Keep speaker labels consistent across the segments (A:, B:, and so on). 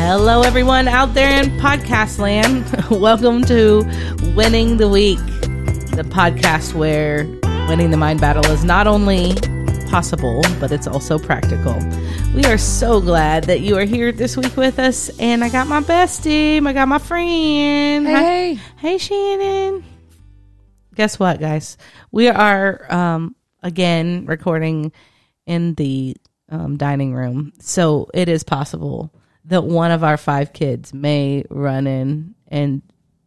A: Hello, everyone out there in podcast land. Welcome to Winning the Week, the podcast where winning the mind battle is not only possible, but it's also practical. We are so glad that you are here this week with us. And I got my bestie, I got my friend. Hi-
B: Hey,
A: Hey, Shannon. Guess what, guys? We are um, again recording in the um, dining room. So it is possible that one of our five kids may run in and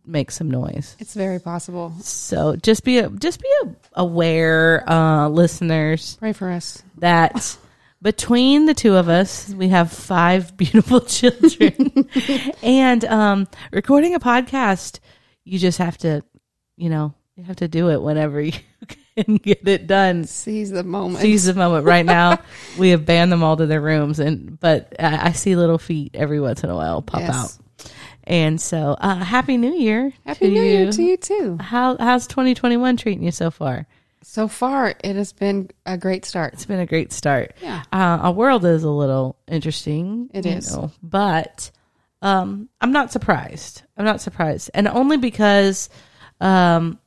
A: make some noise.
B: it's very possible.
A: So just be just be aware, uh, listeners,
B: Pray for us.
A: that between the two of us, we have five beautiful children. and um, recording a podcast, you just have to, you know, you have to do it whenever you can get it done.
B: Seize the moment.
A: Seize the moment right now. we have banned them all to their rooms, and but I, I see little feet every once in a while pop
B: Yes.
A: out. And so, uh, happy New Year!
B: Happy
A: to
B: New
A: you.
B: Year to you too.
A: How how's twenty twenty one treating you so far?
B: So far, it has been a great start.
A: it's been a great start.
B: Yeah.
A: Uh, our world is a little interesting.
B: It
A: It is,
B: is.
A: but um, I'm not surprised. I'm not surprised, and only because, um,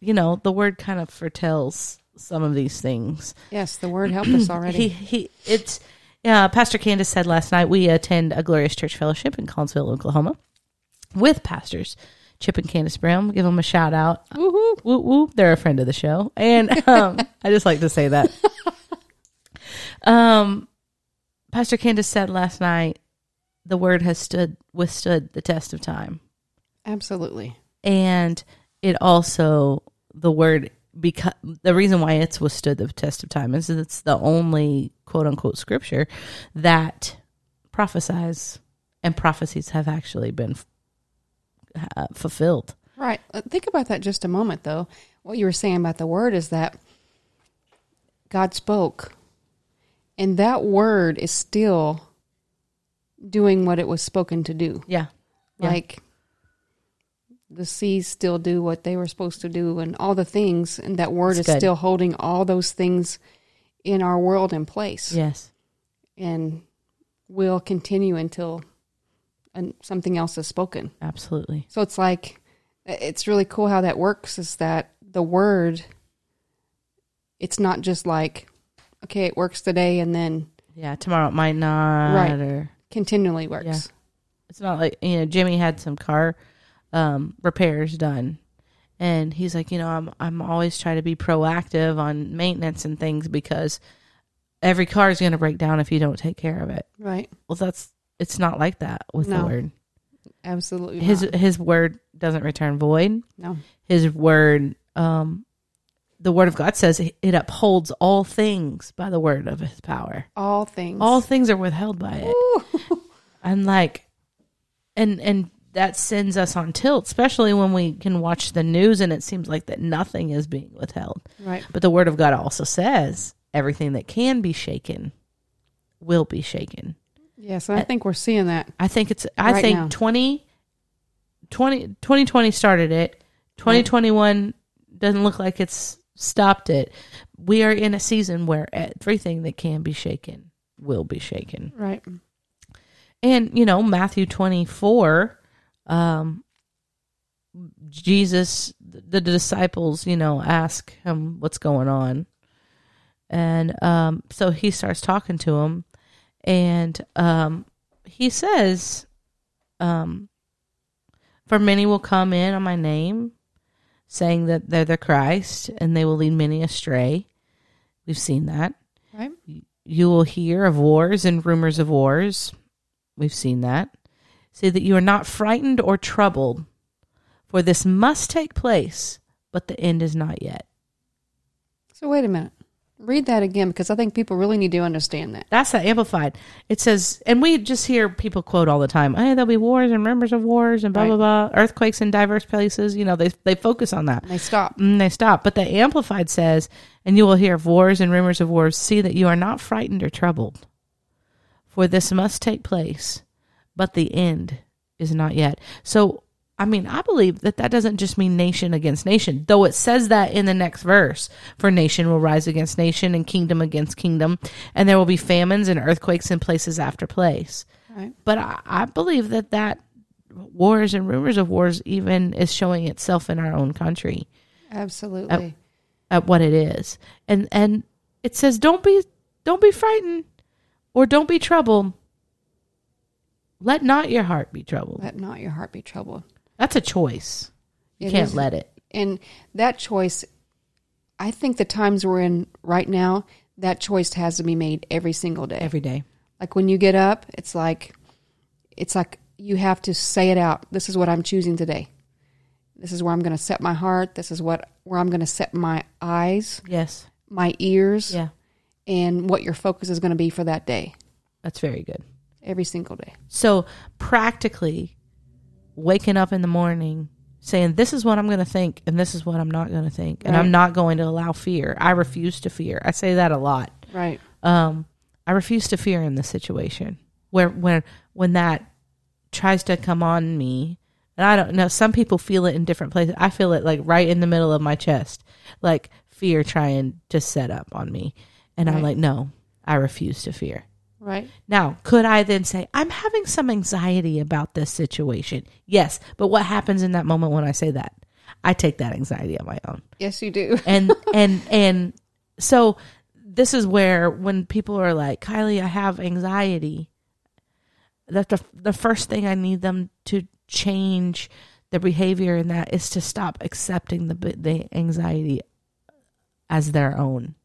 A: you know, the word kind of foretells some of these things.
B: Yes, the word helped us
A: He
B: already.
A: he. It's yeah. Pastor Candace said last night we attend a glorious church fellowship in Collinsville, Oklahoma, with pastors Chip and Candace Brown. Give them a shout out.
B: Woohoo!
A: Whoop whoop. They're a friend of the show, and um, I just like to say that. um, Pastor Candace said last night, the word has stood withstood the test of time,
B: Absolutely.
A: and it also the word because the reason why it's withstood the test of time is that it's the only quote unquote scripture that prophesies and prophecies have actually been uh, fulfilled.
B: Right. Uh, Think about that just a moment, though. What you were saying about the word is that God spoke, and that word is still doing what it was spoken to do.
A: Yeah. Yeah.
B: like the seas still do what they were supposed to do and all the things and that word
A: It's
B: is
A: good.
B: still holding all those things in our world in place
A: Yes.
B: and will continue until and something else is spoken
A: Absolutely.
B: so it's like it's really cool how that works is that the word it's not just like okay it works today and then
A: Yeah, tomorrow it might not.
B: Right.
A: Or
B: continually works
A: Yeah. it's not like you know. Jimmy had some car um, repairs done, and he's like, you know, I'm I'm always trying to be proactive on maintenance and things because every car is going to break down if you don't take care of it.
B: right
A: Well, that's it's not like that with the
B: No,
A: word.
B: absolutely
A: His
B: not.
A: his word doesn't return void.
B: no
A: His word, um, the word of God says it upholds all things by the word of His power.
B: all things
A: All things are withheld by it.
B: Ooh.
A: and like and and that sends us on tilt especially when we can watch the news and it seems like that nothing is being withheld
B: right
A: but the word of god also says everything that can be shaken will be shaken
B: Yes, and I think we're seeing that.
A: i think it's i
B: Right now.
A: think 20, 20 2020 started it 2021 doesn't look like it's stopped it we are in a season where everything that can be shaken will be shaken
B: Right.
A: and you know matthew 24 um jesus the disciples you know ask him what's going on and um so he starts talking to him and um he says um for many will come in on my name saying that they're the christ and they will lead many astray we've seen that
B: Right.
A: you will hear of wars and rumors of wars. We've seen that. Say that you are not frightened or troubled, for this must take place, but the end is not yet.
B: So wait a minute. Read that again because I think people really need to understand that.
A: That's the amplified. It says, and we just hear people quote all the time, "Hey, there'll be wars and rumors of wars and blah
B: Right.
A: blah blah, earthquakes in diverse places." You know, they they focus on that.
B: And they stop.
A: and Mm, they stop. But the Amplified says, and you will hear of wars and rumors of wars. See that you are not frightened or troubled, for this must take place, but the end is not yet. So, I mean, I believe that that doesn't just mean nation against nation, though it says that in the next verse for nation will rise against nation and kingdom against kingdom, and there will be famines and earthquakes in places after place.
B: Right.
A: But I, I believe that that wars and rumors of wars even is showing itself in our own country
B: Absolutely.
A: at what it is. And and it says don't be don't be frightened or don't be troubled. Let not your heart be troubled.
B: Let not your heart be troubled.
A: That's a choice. You
B: It
A: can't
B: is.
A: let it.
B: And that choice, I think the times we're in right now, that choice has to be made every single day.
A: Every day.
B: like when you get up, it's like, it's like you have to say it out. This is what I'm choosing today. This is where I'm going to set my heart. This is what where I'm going to set my eyes,
A: Yes.
B: my ears,
A: Yeah.
B: and what your focus is going to be for that day.
A: That's very good.
B: Every single day.
A: So practically waking up in the morning saying this is what I'm going to think and this is what I'm not going to think and I'm
B: Right.
A: not going to allow fear. I refuse to fear. I say that a lot.
B: Right.
A: um, I refuse to fear in this situation where when when that tries to come on me, and I don't know. Some people feel it in different places. I feel it like right in the middle of my chest, like fear trying to set up on me, and I'm
B: Right.
A: like, no, I refuse to fear.
B: Right.
A: Now, could I then say I'm having some anxiety about this situation? Yes, but what happens in that moment when I say that? I take that anxiety on my own
B: Yes, you do.
A: and and and so this is where when people are like kylie i have anxiety that the, the first thing i need them to change their behavior in that is to stop accepting the bi- the anxiety as their own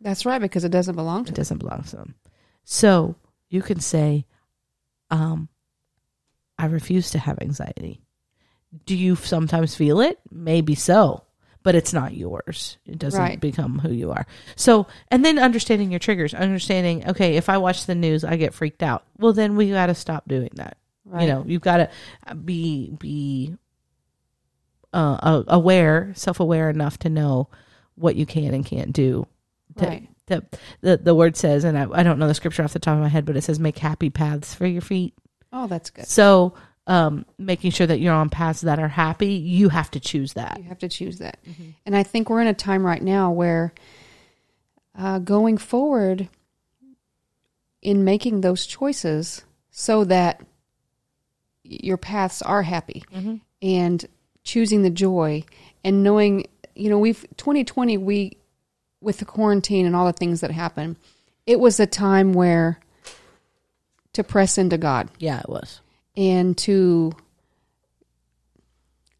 B: That's right, because it doesn't belong to
A: it doesn't belong to them so you can say um i refuse to have anxiety do you sometimes feel it maybe so but it's not yours it doesn't
B: Right.
A: become who you are so and then understanding your triggers understanding okay if i watch the news i get freaked out well then we got to stop doing that
B: Right.
A: you know you've got to be be uh, a- aware self-aware enough to know what you can and can't do to,
B: Right.
A: to, the, the word says and I, I don't know the scripture off the top of my head but it says make happy paths for your feet
B: Oh, that's good.
A: so um, making sure that you're on paths that are happy you have to choose that
B: You have to choose that. And I think we're in a time right now where uh, going forward in making those choices so that your paths are happy and choosing the joy and knowing, you know, we've 2020, we, with the quarantine and all the things that happened, it was a time where to press into God
A: yeah it was
B: and to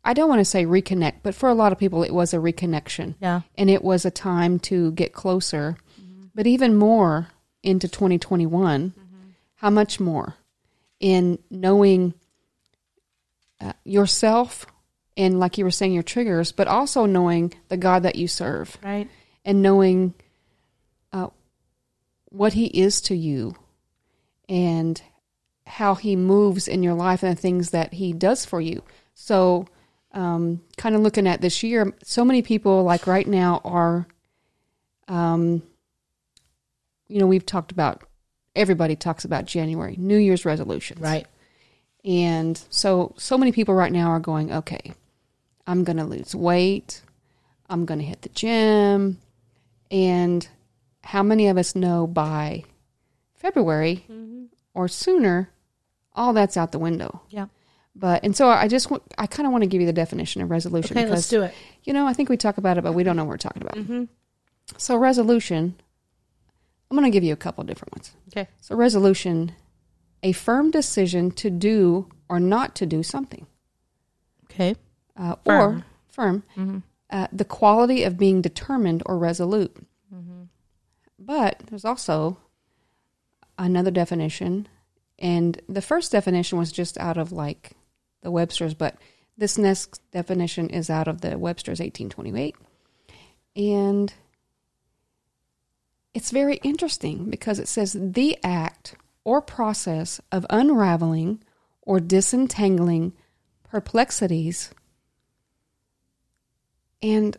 B: I don't want to say reconnect, but for a lot of people it was a reconnection.
A: yeah
B: And it was a time to get closer. But even more into 2021, how much more in knowing uh, yourself and like you were saying your triggers, but also knowing the God that you serve
A: right
B: and knowing uh, what he is to you and how he moves in your life and the things that he does for you. So, um, kind of looking at this year, so many people, like right now, are, um, you know, we've talked about, everybody talks about January, New Year's resolutions.
A: right
B: And so, so many people right now are going, okay, I'm going to lose weight. I'm going to hit the gym. And how many of us know by February
A: Mm-hmm.
B: or sooner, all that's out the window?
A: yeah
B: But, and so I just, want, I kind of want to give you the definition of resolution
A: okay let's do it Mm-hmm.
B: you know, I think we talk about it, but we don't know what we're talking about. So, resolution, I'm going to give you a couple different ones.
A: okay
B: So, resolution, a firm decision to do or not to do something,
A: okay
B: uh,
A: Firm.
B: or firm, uh, the quality of being determined or resolute. But there's also another definition, and the first definition was just out of like the Webster's, but this next definition is out of the Webster's 1828. And it's very interesting because it says the act or process of unraveling or disentangling perplexities. And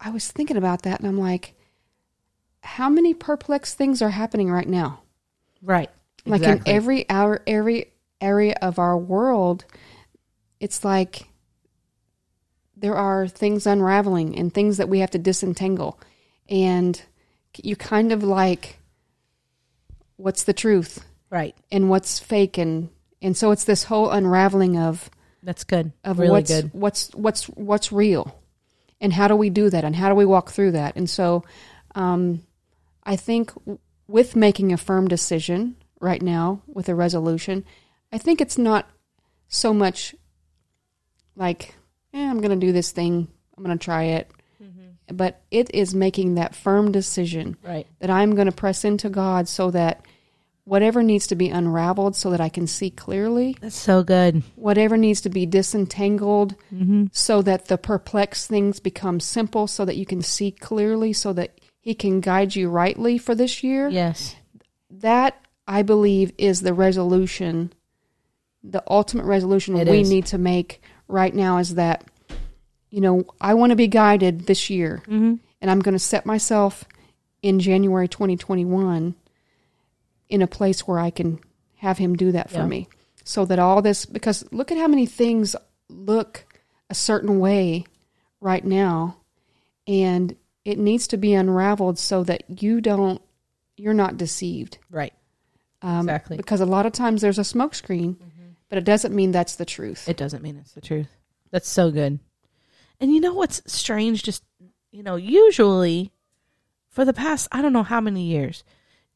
B: I was thinking about that and I'm like, how many perplex things are happening right now?
A: right
B: like
A: Exactly.
B: in every hour every area of our world it's like there are things unraveling and things that we have to disentangle and you kind of like what's the truth
A: Right.
B: and what's fake and and so it's this whole unraveling of
A: That's good.
B: of
A: really
B: what's
A: good.
B: what's what's what's real and how do we do that and how do we walk through that and so um, i think w- with making a firm decision right now with a resolution i think it's not so much like eh, i'm going to do this thing i'm going to try it
A: Mm-hmm.
B: but it is making that firm decision
A: Right.
B: that I'm going to press into God so that whatever needs to be unraveled so that I can see clearly,
A: That's so good.
B: whatever needs to be disentangled
A: Mm-hmm.
B: so that the perplexed things become simple so that you can see clearly so that he can guide you rightly for this year.
A: Yes.
B: That I believe is the resolution the ultimate resolution
A: It
B: we
A: is.
B: need to make right now is that you know, I want to be guided this year
A: Mm-hmm.
B: and I'm going to set myself in January 2021 in a place where I can have him do that for
A: Yeah.
B: me. So that all this, because look at how many things look a certain way right now, and it needs to be unraveled so that you don't, you're not deceived.
A: Right.
B: Um,
A: Exactly.
B: Because a lot of times there's a smokescreen,
A: Mm-hmm.
B: but it doesn't mean that's the truth.
A: It doesn't mean it's the truth. That's so good. And you know what's strange? Just, you know, usually for the past, I don't know how many years,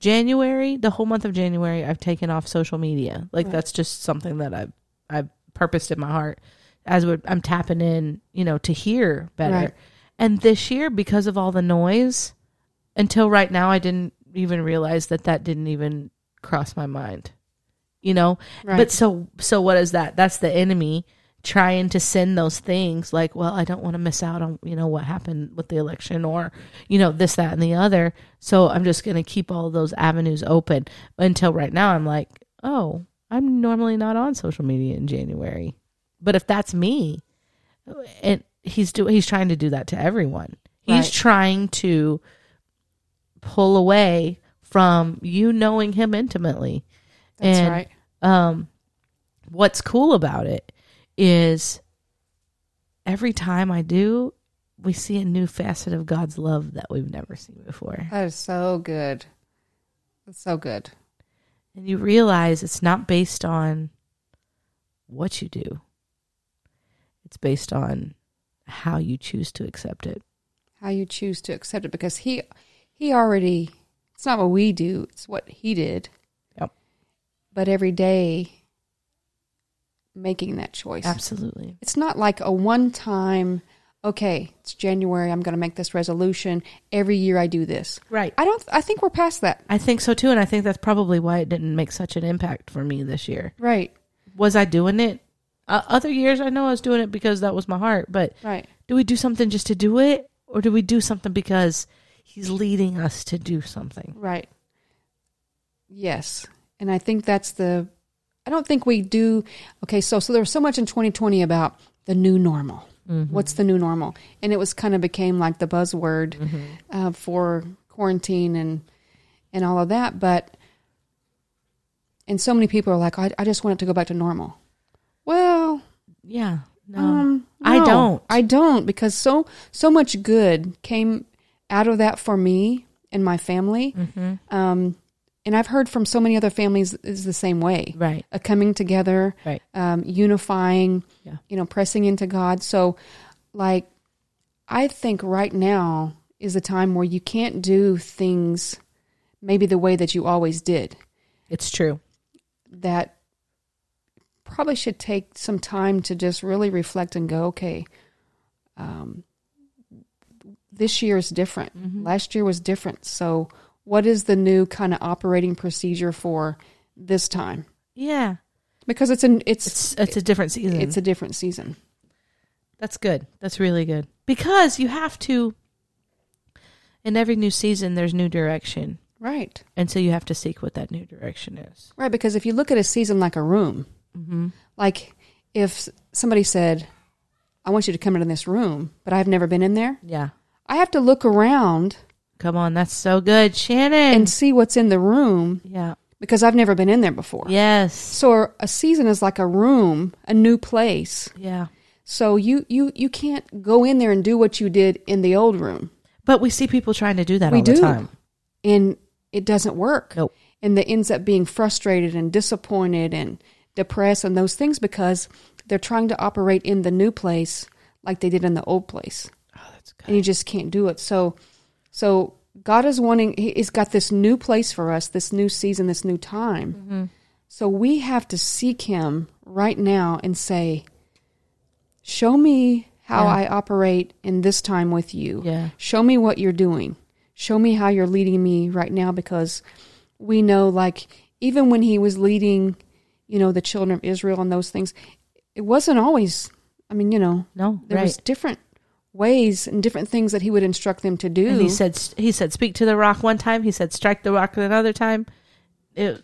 A: January, the whole month of January, I've taken off social media. Like,
B: Right.
A: that's just something that I've, I've purposed in my heart as we're, I'm tapping in, you know, to hear better.
B: Right.
A: And this year, because of all the noise, until right now, I didn't even realize that that didn't even cross my mind you know
B: Right.
A: but so so what is that that's the enemy trying to send those things like well i don't want to miss out on you know what happened with the election or you know this that and the other so i'm just going to keep all those avenues open until right now i'm like oh i'm normally not on social media in january but if that's me and he's do he's trying to do that to everyone he's
B: Right.
A: trying to pull away from you knowing him intimately
B: That's
A: and
B: right.
A: um, what's cool about it is every time I do, we see a new facet of God's love that we've never seen before.
B: That is so good. That's so good.
A: And you realize it's not based on what you do, it's based on how you choose to accept it.
B: how you choose to accept it because he he already it's not what we do it's what he did
A: Yep.
B: but every day making that choice
A: Absolutely.
B: it's not like a one time okay it's january i'm going to make this resolution every year i do this
A: Right.
B: i don't i think we're past that
A: I think so too. And I think that's probably why it didn't make such an impact for me this year.
B: right
A: Was I doing it? Uh, other years, I know I was doing it because that was my heart, but
B: right
A: Do we do something just to do it, or do we do something because he's leading us to do something?
B: Right. Yes. And I think that's the I don't think we do okay, so so there was so much in 2020 about the new normal. What's the new normal? And it was kind of became like the buzzword uh, for quarantine and and all of that, but and so many people are like, "Oh, I, I just want it to go back to normal. Well,
A: Yeah. No.
B: um,
A: I
B: no,
A: don't.
B: I don't because so so much good came out of that for me and my family.
A: Mm-hmm.
B: Um, and I've heard from so many other families is the same way,
A: right.
B: a coming together,
A: Right.
B: um, unifying,
A: Yeah.
B: you know, pressing into God. So, like, I think right now is the time where you can't do things maybe the way that you always did
A: It's true.
B: that probably should take some time to just really reflect and go, okay, um, this year is different. Last year was different. So, what is the new kind of operating procedure for this time?
A: Yeah.
B: Because it's an it's it's,
A: It's it's a different season.
B: a different season,
A: That's good. That's really good. Because you have to in every new season there's new direction.
B: right?
A: And so you have to seek what that new direction is.
B: Right. Because if you look at a season like a room, Mm-hmm. like if s- somebody said, "I want you to come into this room," but I've never been in there,
A: Yeah.
B: I have to look around
A: Come on, that's so good. Shannon.
B: and see what's in the room
A: yeah.
B: because I've never been in there before.
A: Yes.
B: So a season is like a room, a new place.
A: Yeah.
B: So you you you can't go in there and do what you did in the old room.
A: But we see people trying to do that
B: we
A: all
B: do,
A: the time.
B: and it doesn't work.
A: Nope.
B: and that ends up being frustrated and disappointed and depressed and those things because they're trying to operate in the new place like they did in the old place
A: Oh, that's good.
B: and you just can't do it. So, so God is wanting. He- He's got this new place for us, this new season, this new time.
A: Mm-hmm.
B: So we have to seek Him right now and say, "Show me how
A: Yeah.
B: I operate in this time with You.
A: Yeah.
B: Show me what You're doing. Show me how You're leading me right now." Because we know, like, even when He was leading, you know, the children of Israel and those things, it wasn't always. I mean, you know,
A: No,
B: there
A: right.
B: was different ways and different things that he would instruct them to do.
A: and he said he said speak to the rock one time. He said strike the rock another time. It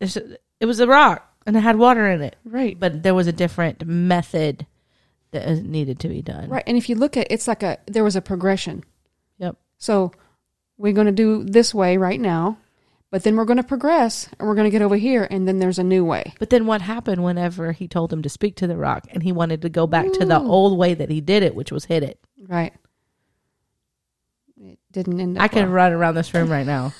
A: it's- it was a rock and it had water in it,
B: right,
A: but there was a different method that is- needed to be done.
B: right. And if you look at it's like a there was a progression.
A: Yep.
B: So we're going to do this way right now, but then we're going to progress and we're going to get over here, and then there's a new way.
A: But then what happened whenever he told him to speak to the rock and he wanted to go back to the old way that he did it, which was hit it.
B: Right. It didn't end. Up
A: I could
B: well.
A: run around this room right now.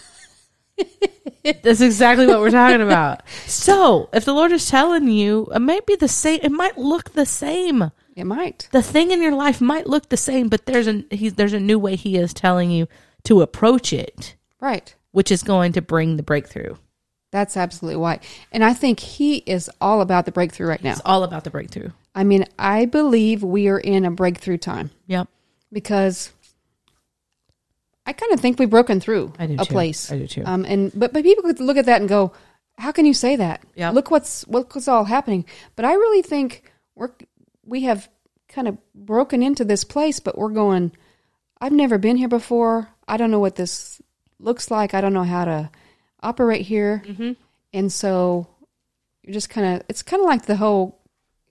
A: That's exactly what we're talking about. So, if the Lord is telling you, it might be the same. It might look the same.
B: It might.
A: The thing in your life might look the same, but there's a he's, there's a new way He is telling you to approach it,
B: Right.
A: which is going to bring the breakthrough.
B: That's absolutely why. And I think he is all about the breakthrough right now.
A: It's all about the breakthrough.
B: I mean, I believe we are in a breakthrough time.
A: Yep,
B: because I kind of think we've broken through
A: I do
B: a
A: too.
B: place.
A: I do too.
B: Um, and but but people could look at that and go, "How can you say that?
A: Yeah.
B: Look what's look what's all happening." But I really think we're we have kind of broken into this place, but we're going. I've never been here before. I don't know what this looks like. I don't know how to operate here,
A: Mm-hmm.
B: and so you're just kind of. It's kind of like the whole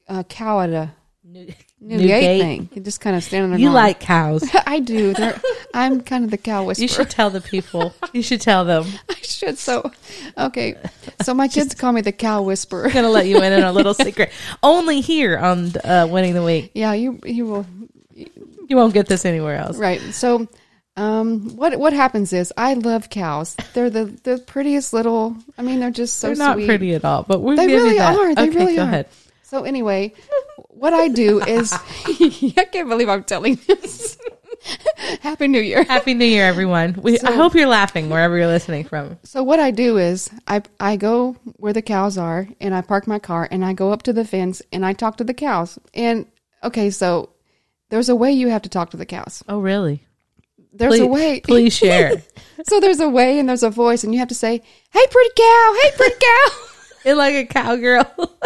B: uh, cow at a
A: new,
B: new, gate, thing. You just kind of standing there.
A: You
B: going,
A: like cows.
B: I do. They're, I'm kind of the cow whisperer.
A: You should tell the people. You should tell them.
B: I should. So, okay. So my kids call me the cow whisperer.
A: gonna let you in on a little secret. Only here on uh, winning the week.
B: Yeah, you you will.
A: You won't get this anywhere else.
B: Right. So, um, what what happens is I love cows. They're the the prettiest little. I mean, they're just so
A: They're not
B: sweet.
A: pretty at all, but we're
B: They
A: giving
B: really
A: that.
B: are. They
A: okay,
B: really
A: go
B: are.
A: ahead.
B: So anyway, what I do is I can't believe I'm telling this. Happy New Year.
A: Happy New Year, everyone. We, I hope you're laughing wherever you're listening from.
B: So what I do is I I go where the cows are and I park my car and I go up to the fence and I talk to the cows. And okay, so there's a way you have to talk to the cows.
A: Oh, really?
B: There's
A: Please,
B: a way.
A: please share.
B: So there's a way and there's a voice and you have to say, "Hey pretty cow, hey pretty cow."
A: You're like a cowgirl.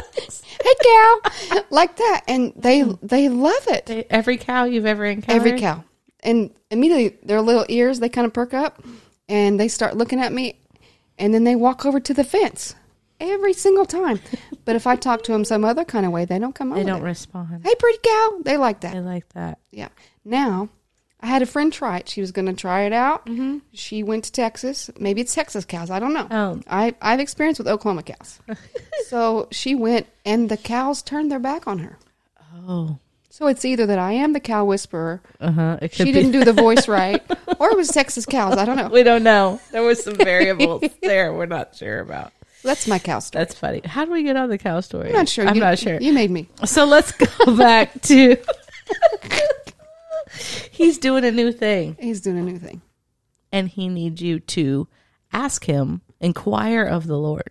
B: Hey cow. like that and they they love it.
A: Every cow you've ever encountered.
B: Every cow. And immediately their little ears they kind of perk up and they start looking at me and then they walk over to the fence every single time. but if I talk to them some other kind of way, they don't come over.
A: They don't respond.
B: Hey, pretty cow. They like that.
A: I like that.
B: Yeah. Now, I had a friend try it. She was going to try it out. Mm-hmm. She went to Texas. Maybe it's Texas cows. I don't know.
A: Oh.
B: I, I've experienced with Oklahoma cows. so she went, and the cows turned their back on her.
A: Oh,
B: So it's either that I am the cow whisperer,
A: uh huh. It
B: she
A: could be.
B: didn't do the voice right, or it was Texas cows. I don't know.
A: We don't know. There was some variables there we're not sure about.
B: That's my cow story.
A: That's funny. How do we get on the cow story?
B: I'm not sure.
A: I'm
B: You-
A: not sure.
B: You made me.
A: So let's go back to. He's doing a new thing,
B: He's doing a new thing.
A: and he needs you to ask him, inquire of the Lord,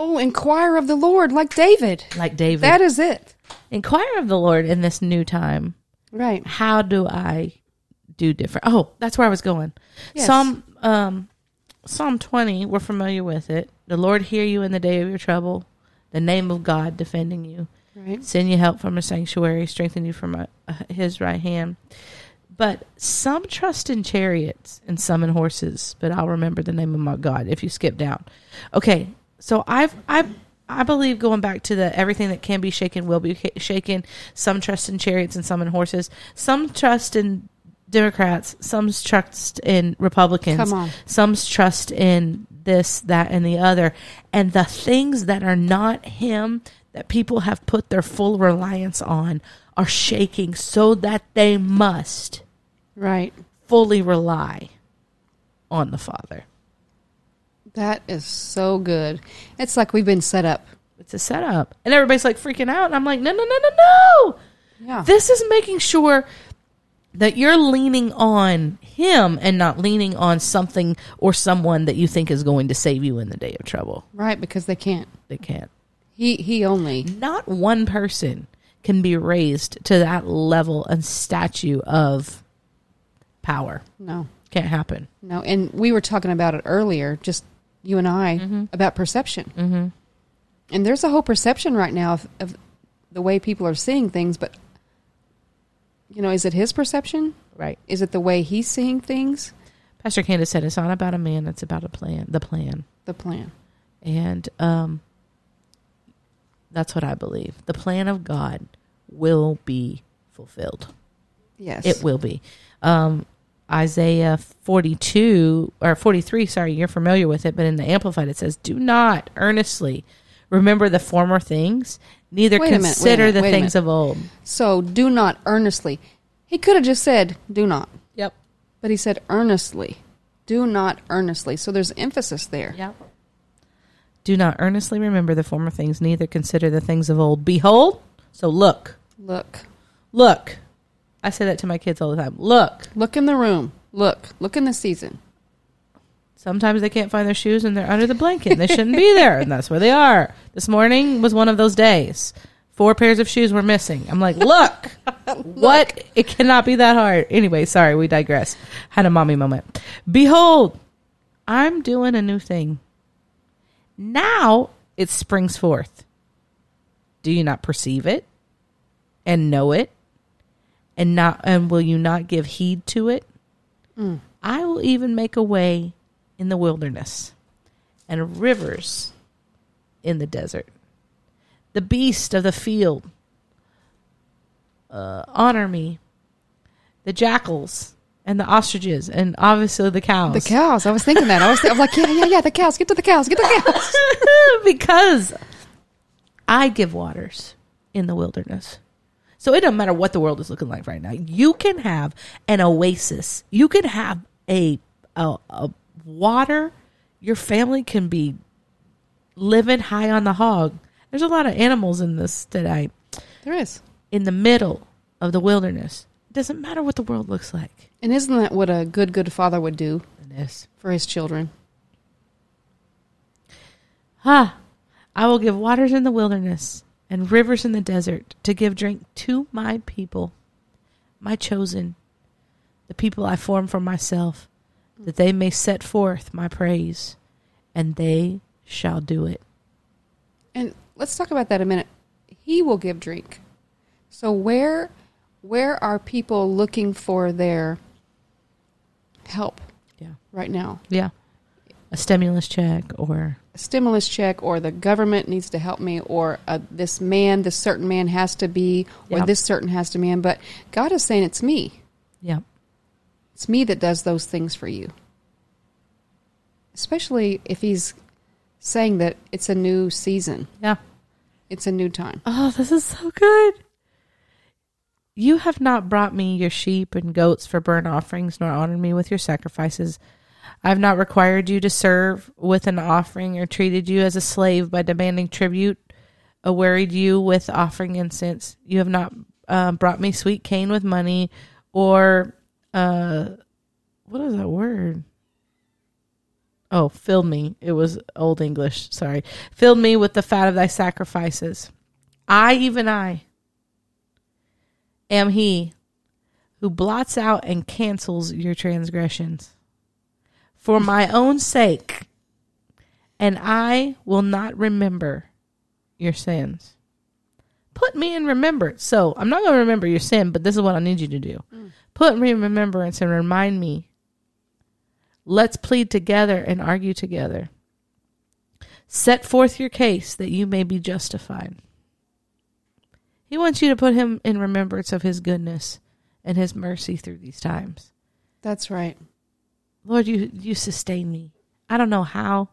B: Oh, inquire of the Lord, like David.
A: like David.
B: That is it.
A: inquire of the Lord in this new time.
B: Right.
A: How do I do different? Oh, that's where I was going.
B: Yes.
A: Psalm um, Psalm twenty. We're familiar with it. The Lord hear you in the day of your trouble. The name of God defending you.
B: Right.
A: send you help from a sanctuary, strengthen you from a, his right hand. But some trust in chariots and some in horses. But I'll remember the name of my God if you skip down. Okay, so I've I I believe going back to the everything that can be shaken will be ca- shaken. Some trust in chariots and some in horses. Some trust in Democrats. Some trust in Republicans.
B: Come on.
A: Some's trust in this, that, and the other. And the things that are not Him that people have put their full reliance on are shaking so that they must
B: Right.
A: fully rely on the Father.
B: That is so good. It's like we've been set up.
A: It's a setup. And everybody's like freaking out. And I'm like, no, no, no, no, no.
B: Yeah.
A: This is making sure that you're leaning on him and not leaning on something or someone that you think is going to save you in the day of trouble.
B: right, because they can't.
A: They can't.
B: He he only.
A: Not one person can be raised to that level and statue of power.
B: No.
A: Can't happen.
B: No, and we were talking about it earlier, just you and I, about perception. Mm-hmm. And there's a whole perception right now of, of the way people are seeing things, but you know, is it his perception?
A: Right.
B: Is it the way he's seeing things?
A: Pastor Candace said it's not about a man, it's about a plan, the plan.
B: The plan.
A: And um, that's what I believe. The plan of God will be fulfilled.
B: Yes.
A: It will be. Um, Isaiah 42 or 43, sorry, you're familiar with it, but in the Amplified it says, Do not earnestly remember the former things, neither
B: Wait a minute, wait a
A: consider
B: minute,
A: the
B: wait a
A: things
B: minute.
A: of old.
B: so do not earnestly. He could have just said, do not.
A: Yep.
B: But he said earnestly. Do not earnestly. So there's emphasis there.
A: Yep. Do not earnestly remember the former things, neither consider the things of old. Behold, so look,
B: Look.
A: look. I say that to my kids all the time. Look.
B: Look in the room. Look. Look in the season.
A: Sometimes they can't find their shoes and they're under the blanket and they shouldn't be there. And that's where they are. This morning was one of those days. Four pairs of shoes were missing. I'm like, look, what? It cannot be that hard. Anyway, sorry, we digress. Had a mommy moment. Behold, I'm doing a new thing. Now it springs forth. Do you not perceive it and know it? And not and will you not give heed to it? I will even make a way in the wilderness and rivers in the desert. The beast of the field uh, honor me. The jackals and the ostriches and obviously the cows.
B: The cows. I was thinking that. I was, I was like, yeah, yeah, yeah. The cows. Get to the cows. Get to the cows.
A: because I give waters in the wilderness. So it doesn't matter what the world is looking like right now. You can have an oasis. You can have a a, a water. Your family can be living high on the hog. There's a lot of animals in this today.
B: There is.
A: In the middle of the wilderness, it doesn't matter what the world looks like.
B: And isn't that what a good, good father would do
A: Yes.
B: for his children?
A: Ha! I will give waters in the wilderness and rivers in the desert to give drink to my people, my chosen, the people I form for myself, that they may set forth my praise, and they shall do it.
B: And let's talk about that a minute. He will give drink. So where, where are people looking for their help
A: Yeah.
B: right now?
A: Yeah. A stimulus check or
B: A stimulus check, or the government needs to help me, or uh, this man, this certain man has to be, or
A: Yeah.
B: this certain has to man. But God is saying it's me.
A: yeah.
B: It's me that does those things for you. Especially if he's saying that it's a new season,
A: Yeah.
B: it's a new time.
A: Oh, this is so good. You have not brought me your sheep and goats for burnt offerings, nor honored me with your sacrifices. I have not required you to serve with an offering, or treated you as a slave by demanding tribute, or worried you with offering incense. You have not uh, brought me sweet cane with money, or uh, what is that word? Oh, filled me. It was Old English. Sorry. Filled me with the fat of thy sacrifices. I, even I, am he who blots out and cancels your transgressions for my own sake, and I will not remember your sins. Put me in remembrance. So I'm not going to remember your sin, but this is what I need you to do. Put me in remembrance and remind me. Let's plead together and argue together. Set forth your case that you may be justified. He wants you to put him in remembrance of his goodness and his mercy through these times.
B: That's right.
A: Lord, you you sustain me. I don't know how.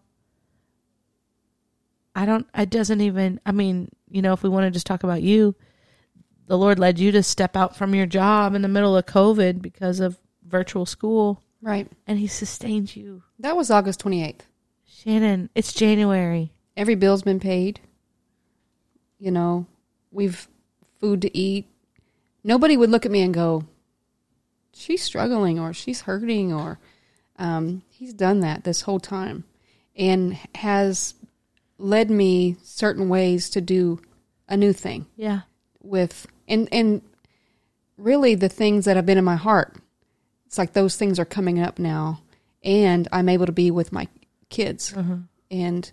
A: I don't it doesn't even I mean, you know, if we want to just talk about you, the Lord led you to step out from your job in the middle of COVID because of virtual school
B: Right.
A: and he sustained you.
B: That was August 28th.
A: Shannon, it's January.
B: Every bill's been paid. You know, we've food to eat. Nobody would look at me and go, she's struggling or she's hurting or um, he's done that this whole time and has led me certain ways to do a new thing
A: Yeah.
B: with and and really the things that have been in my heart it's like those things are coming up now and i'm able to be with my kids and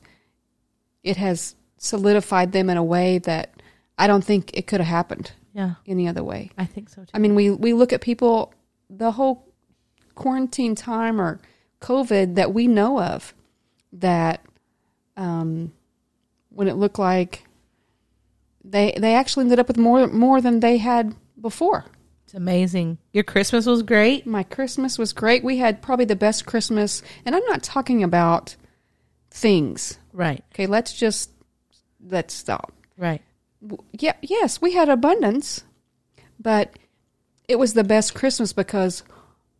B: it has solidified them in a way that i don't think it could have happened
A: Yeah.
B: any other way
A: I think so too.
B: I mean, we we look at people the whole quarantine time or COVID that we know of that um, when it looked like they they actually ended up with more more than they had before.
A: It's amazing. Your Christmas was great.
B: My Christmas was great. We had probably the best Christmas, and I'm not talking about things.
A: Right.
B: Okay, let's just let's stop.
A: Right.
B: w- yeah, yes, we had abundance, but it was the best Christmas because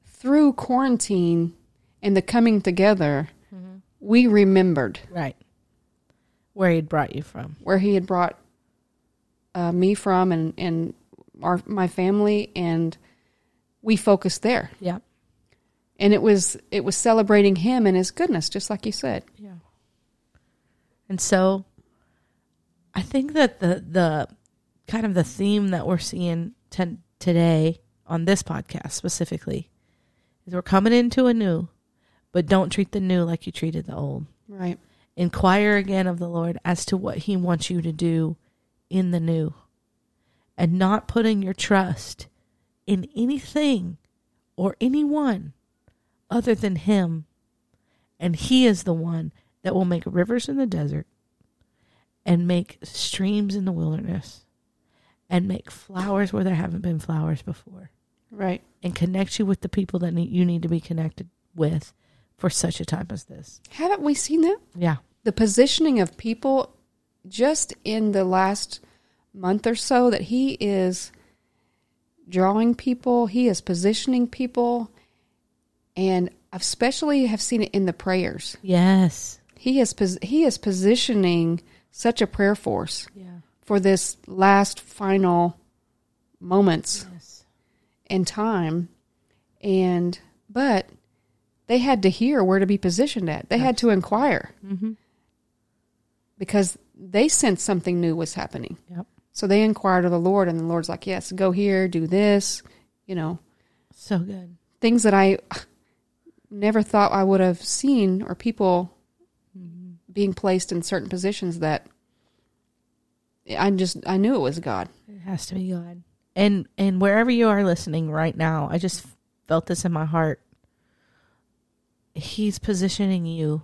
B: through quarantine and the coming together, we remembered
A: Right. Where he'd brought you from.
B: where he had brought uh, me from and, and our, my family, and we focused there.
A: Yeah.
B: And it was it was celebrating him and his goodness, just like you said.
A: Yeah. And so I think that the the kind of the theme that we're seeing ten, today on this podcast specifically is we're coming into a new, but don't treat the new like you treated the old.
B: Right.
A: Inquire again of the Lord as to what he wants you to do in the new and not putting your trust in anything or anyone other than him. And he is the one that will make rivers in the desert and make streams in the wilderness and make flowers where there haven't been flowers before
B: Right.
A: and connect you with the people that need, you need to be connected with for such a time as this.
B: Haven't we seen that?
A: Yeah.
B: the positioning of people just in the last month or so that he is drawing people, he is positioning people, and especially have seen it in the prayers.
A: Yes.
B: He is pos- he is positioning such a prayer force
A: Yeah.
B: for this last final moments
A: Yes.
B: in time, and but they had to hear where to be positioned at. They had to inquire.
A: Mm-hmm.
B: because they sensed something new was happening.
A: Yep.
B: So they inquired of the Lord, and the Lord's like, Yes, go here, do this, you know,
A: So good.
B: things that I never thought I would have seen or people being placed in certain positions that I just, I knew it was God.
A: It has to be God. And and wherever you are listening right now, I just felt this in my heart. He's positioning you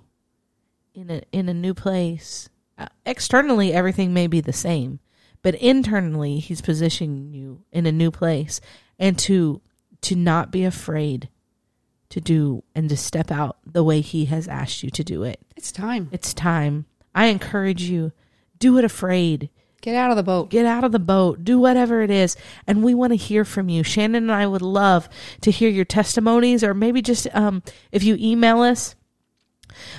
A: in a in a new place. Uh, externally, everything may be the same, but internally, he's positioning you in a new place, and to to not be afraid to do and to step out the way he has asked you to do it.
B: It's time.
A: It's time. I encourage you. Do it afraid.
B: Get out of the boat.
A: Get out of the boat. Do whatever it is. And we want to hear from you. Shannon and I would love to hear your testimonies or maybe just um, if you email us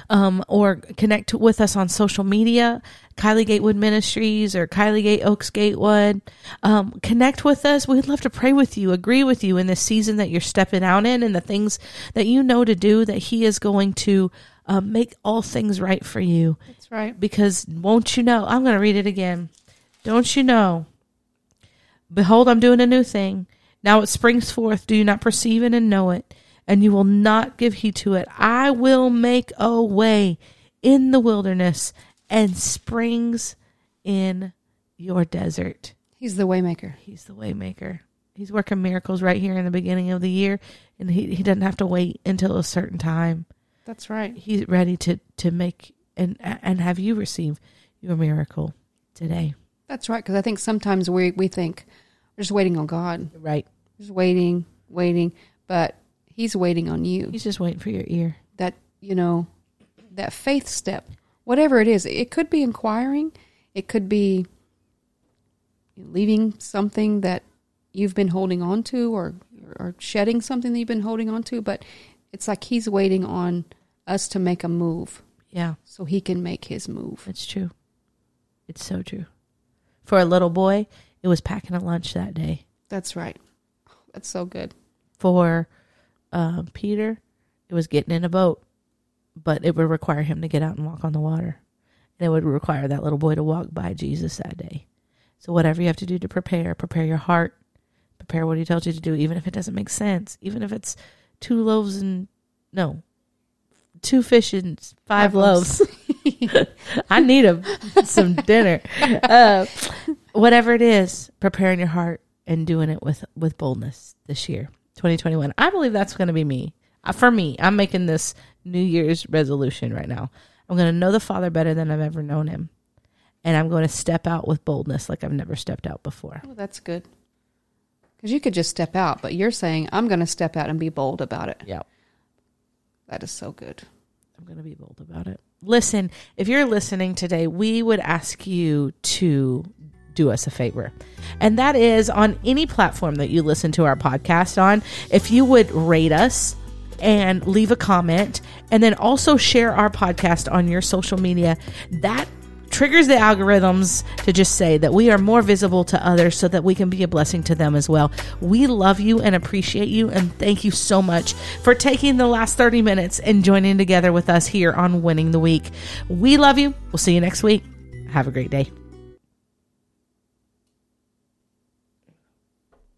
A: um, or connect with us on social media, Kylie Gatewood Ministries or Kylie Gate Oaks Gatewood. Um, connect with us. We'd love to pray with you, agree with you in this season that you're stepping out in and the things that you know to do that He is going to um, make all things right for you
B: That's right.
A: because won't you know? I'm going to read it again. Don't you know? Behold, I'm doing a new thing. Now it springs forth. Do you not perceive it and know it? And you will not give heed to it. I will make a way in the wilderness and springs in your desert.
B: He's the waymaker.
A: He's the waymaker. He's working miracles right here in the beginning of the year, and he, he doesn't have to wait until a certain time
B: That's right.
A: he's ready to to make and and have you receive your miracle today
B: That's right. Because I think sometimes we, we think, we're just waiting on God.
A: right
B: We're just waiting, waiting. But He's waiting on you.
A: he's just waiting for your ear
B: that you know that faith step whatever it is it could be inquiring it could be leaving something that you've been holding on to or or shedding something that you've been holding on to but it's like he's waiting on us to make a move
A: Yeah,
B: so he can make his move.
A: it's true. It's so true. For a little boy, it was packing a lunch that day.
B: That's right. That's so good.
A: For um, Peter, it was getting in a boat, but it would require him to get out and walk on the water. And it would require that little boy to walk by Jesus that day. So, whatever you have to do to prepare, prepare your heart, prepare what he tells you to do, even if it doesn't make sense, even if it's two loaves and no, two fish and five,
B: Five
A: loaves.
B: loaves.
A: I need a, some dinner. Uh, whatever it is, preparing your heart and doing it with with boldness this year, 2021. I believe that's going to be me. Uh, For me, I'm making this New Year's resolution right now. I'm going to know the Father better than I've ever known him. And I'm going to step out with boldness like I've never stepped out before.
B: Oh, that's good. Because you could just step out, but you're saying, I'm going to step out and be bold about it.
A: Yep.
B: That is so good.
A: I'm going to be bold about it. Listen, if you're listening today, we would ask you to do us a favor. And that is on any platform that you listen to our podcast on, if you would rate us and leave a comment and then also share our podcast on your social media, that triggers the algorithms to just say that we are more visible to others so that we can be a blessing to them as well. We love you and appreciate you and thank you so much for taking the last 30 minutes and joining together with us here on Winning the Week. We love you. We'll see you next week. Have a great day.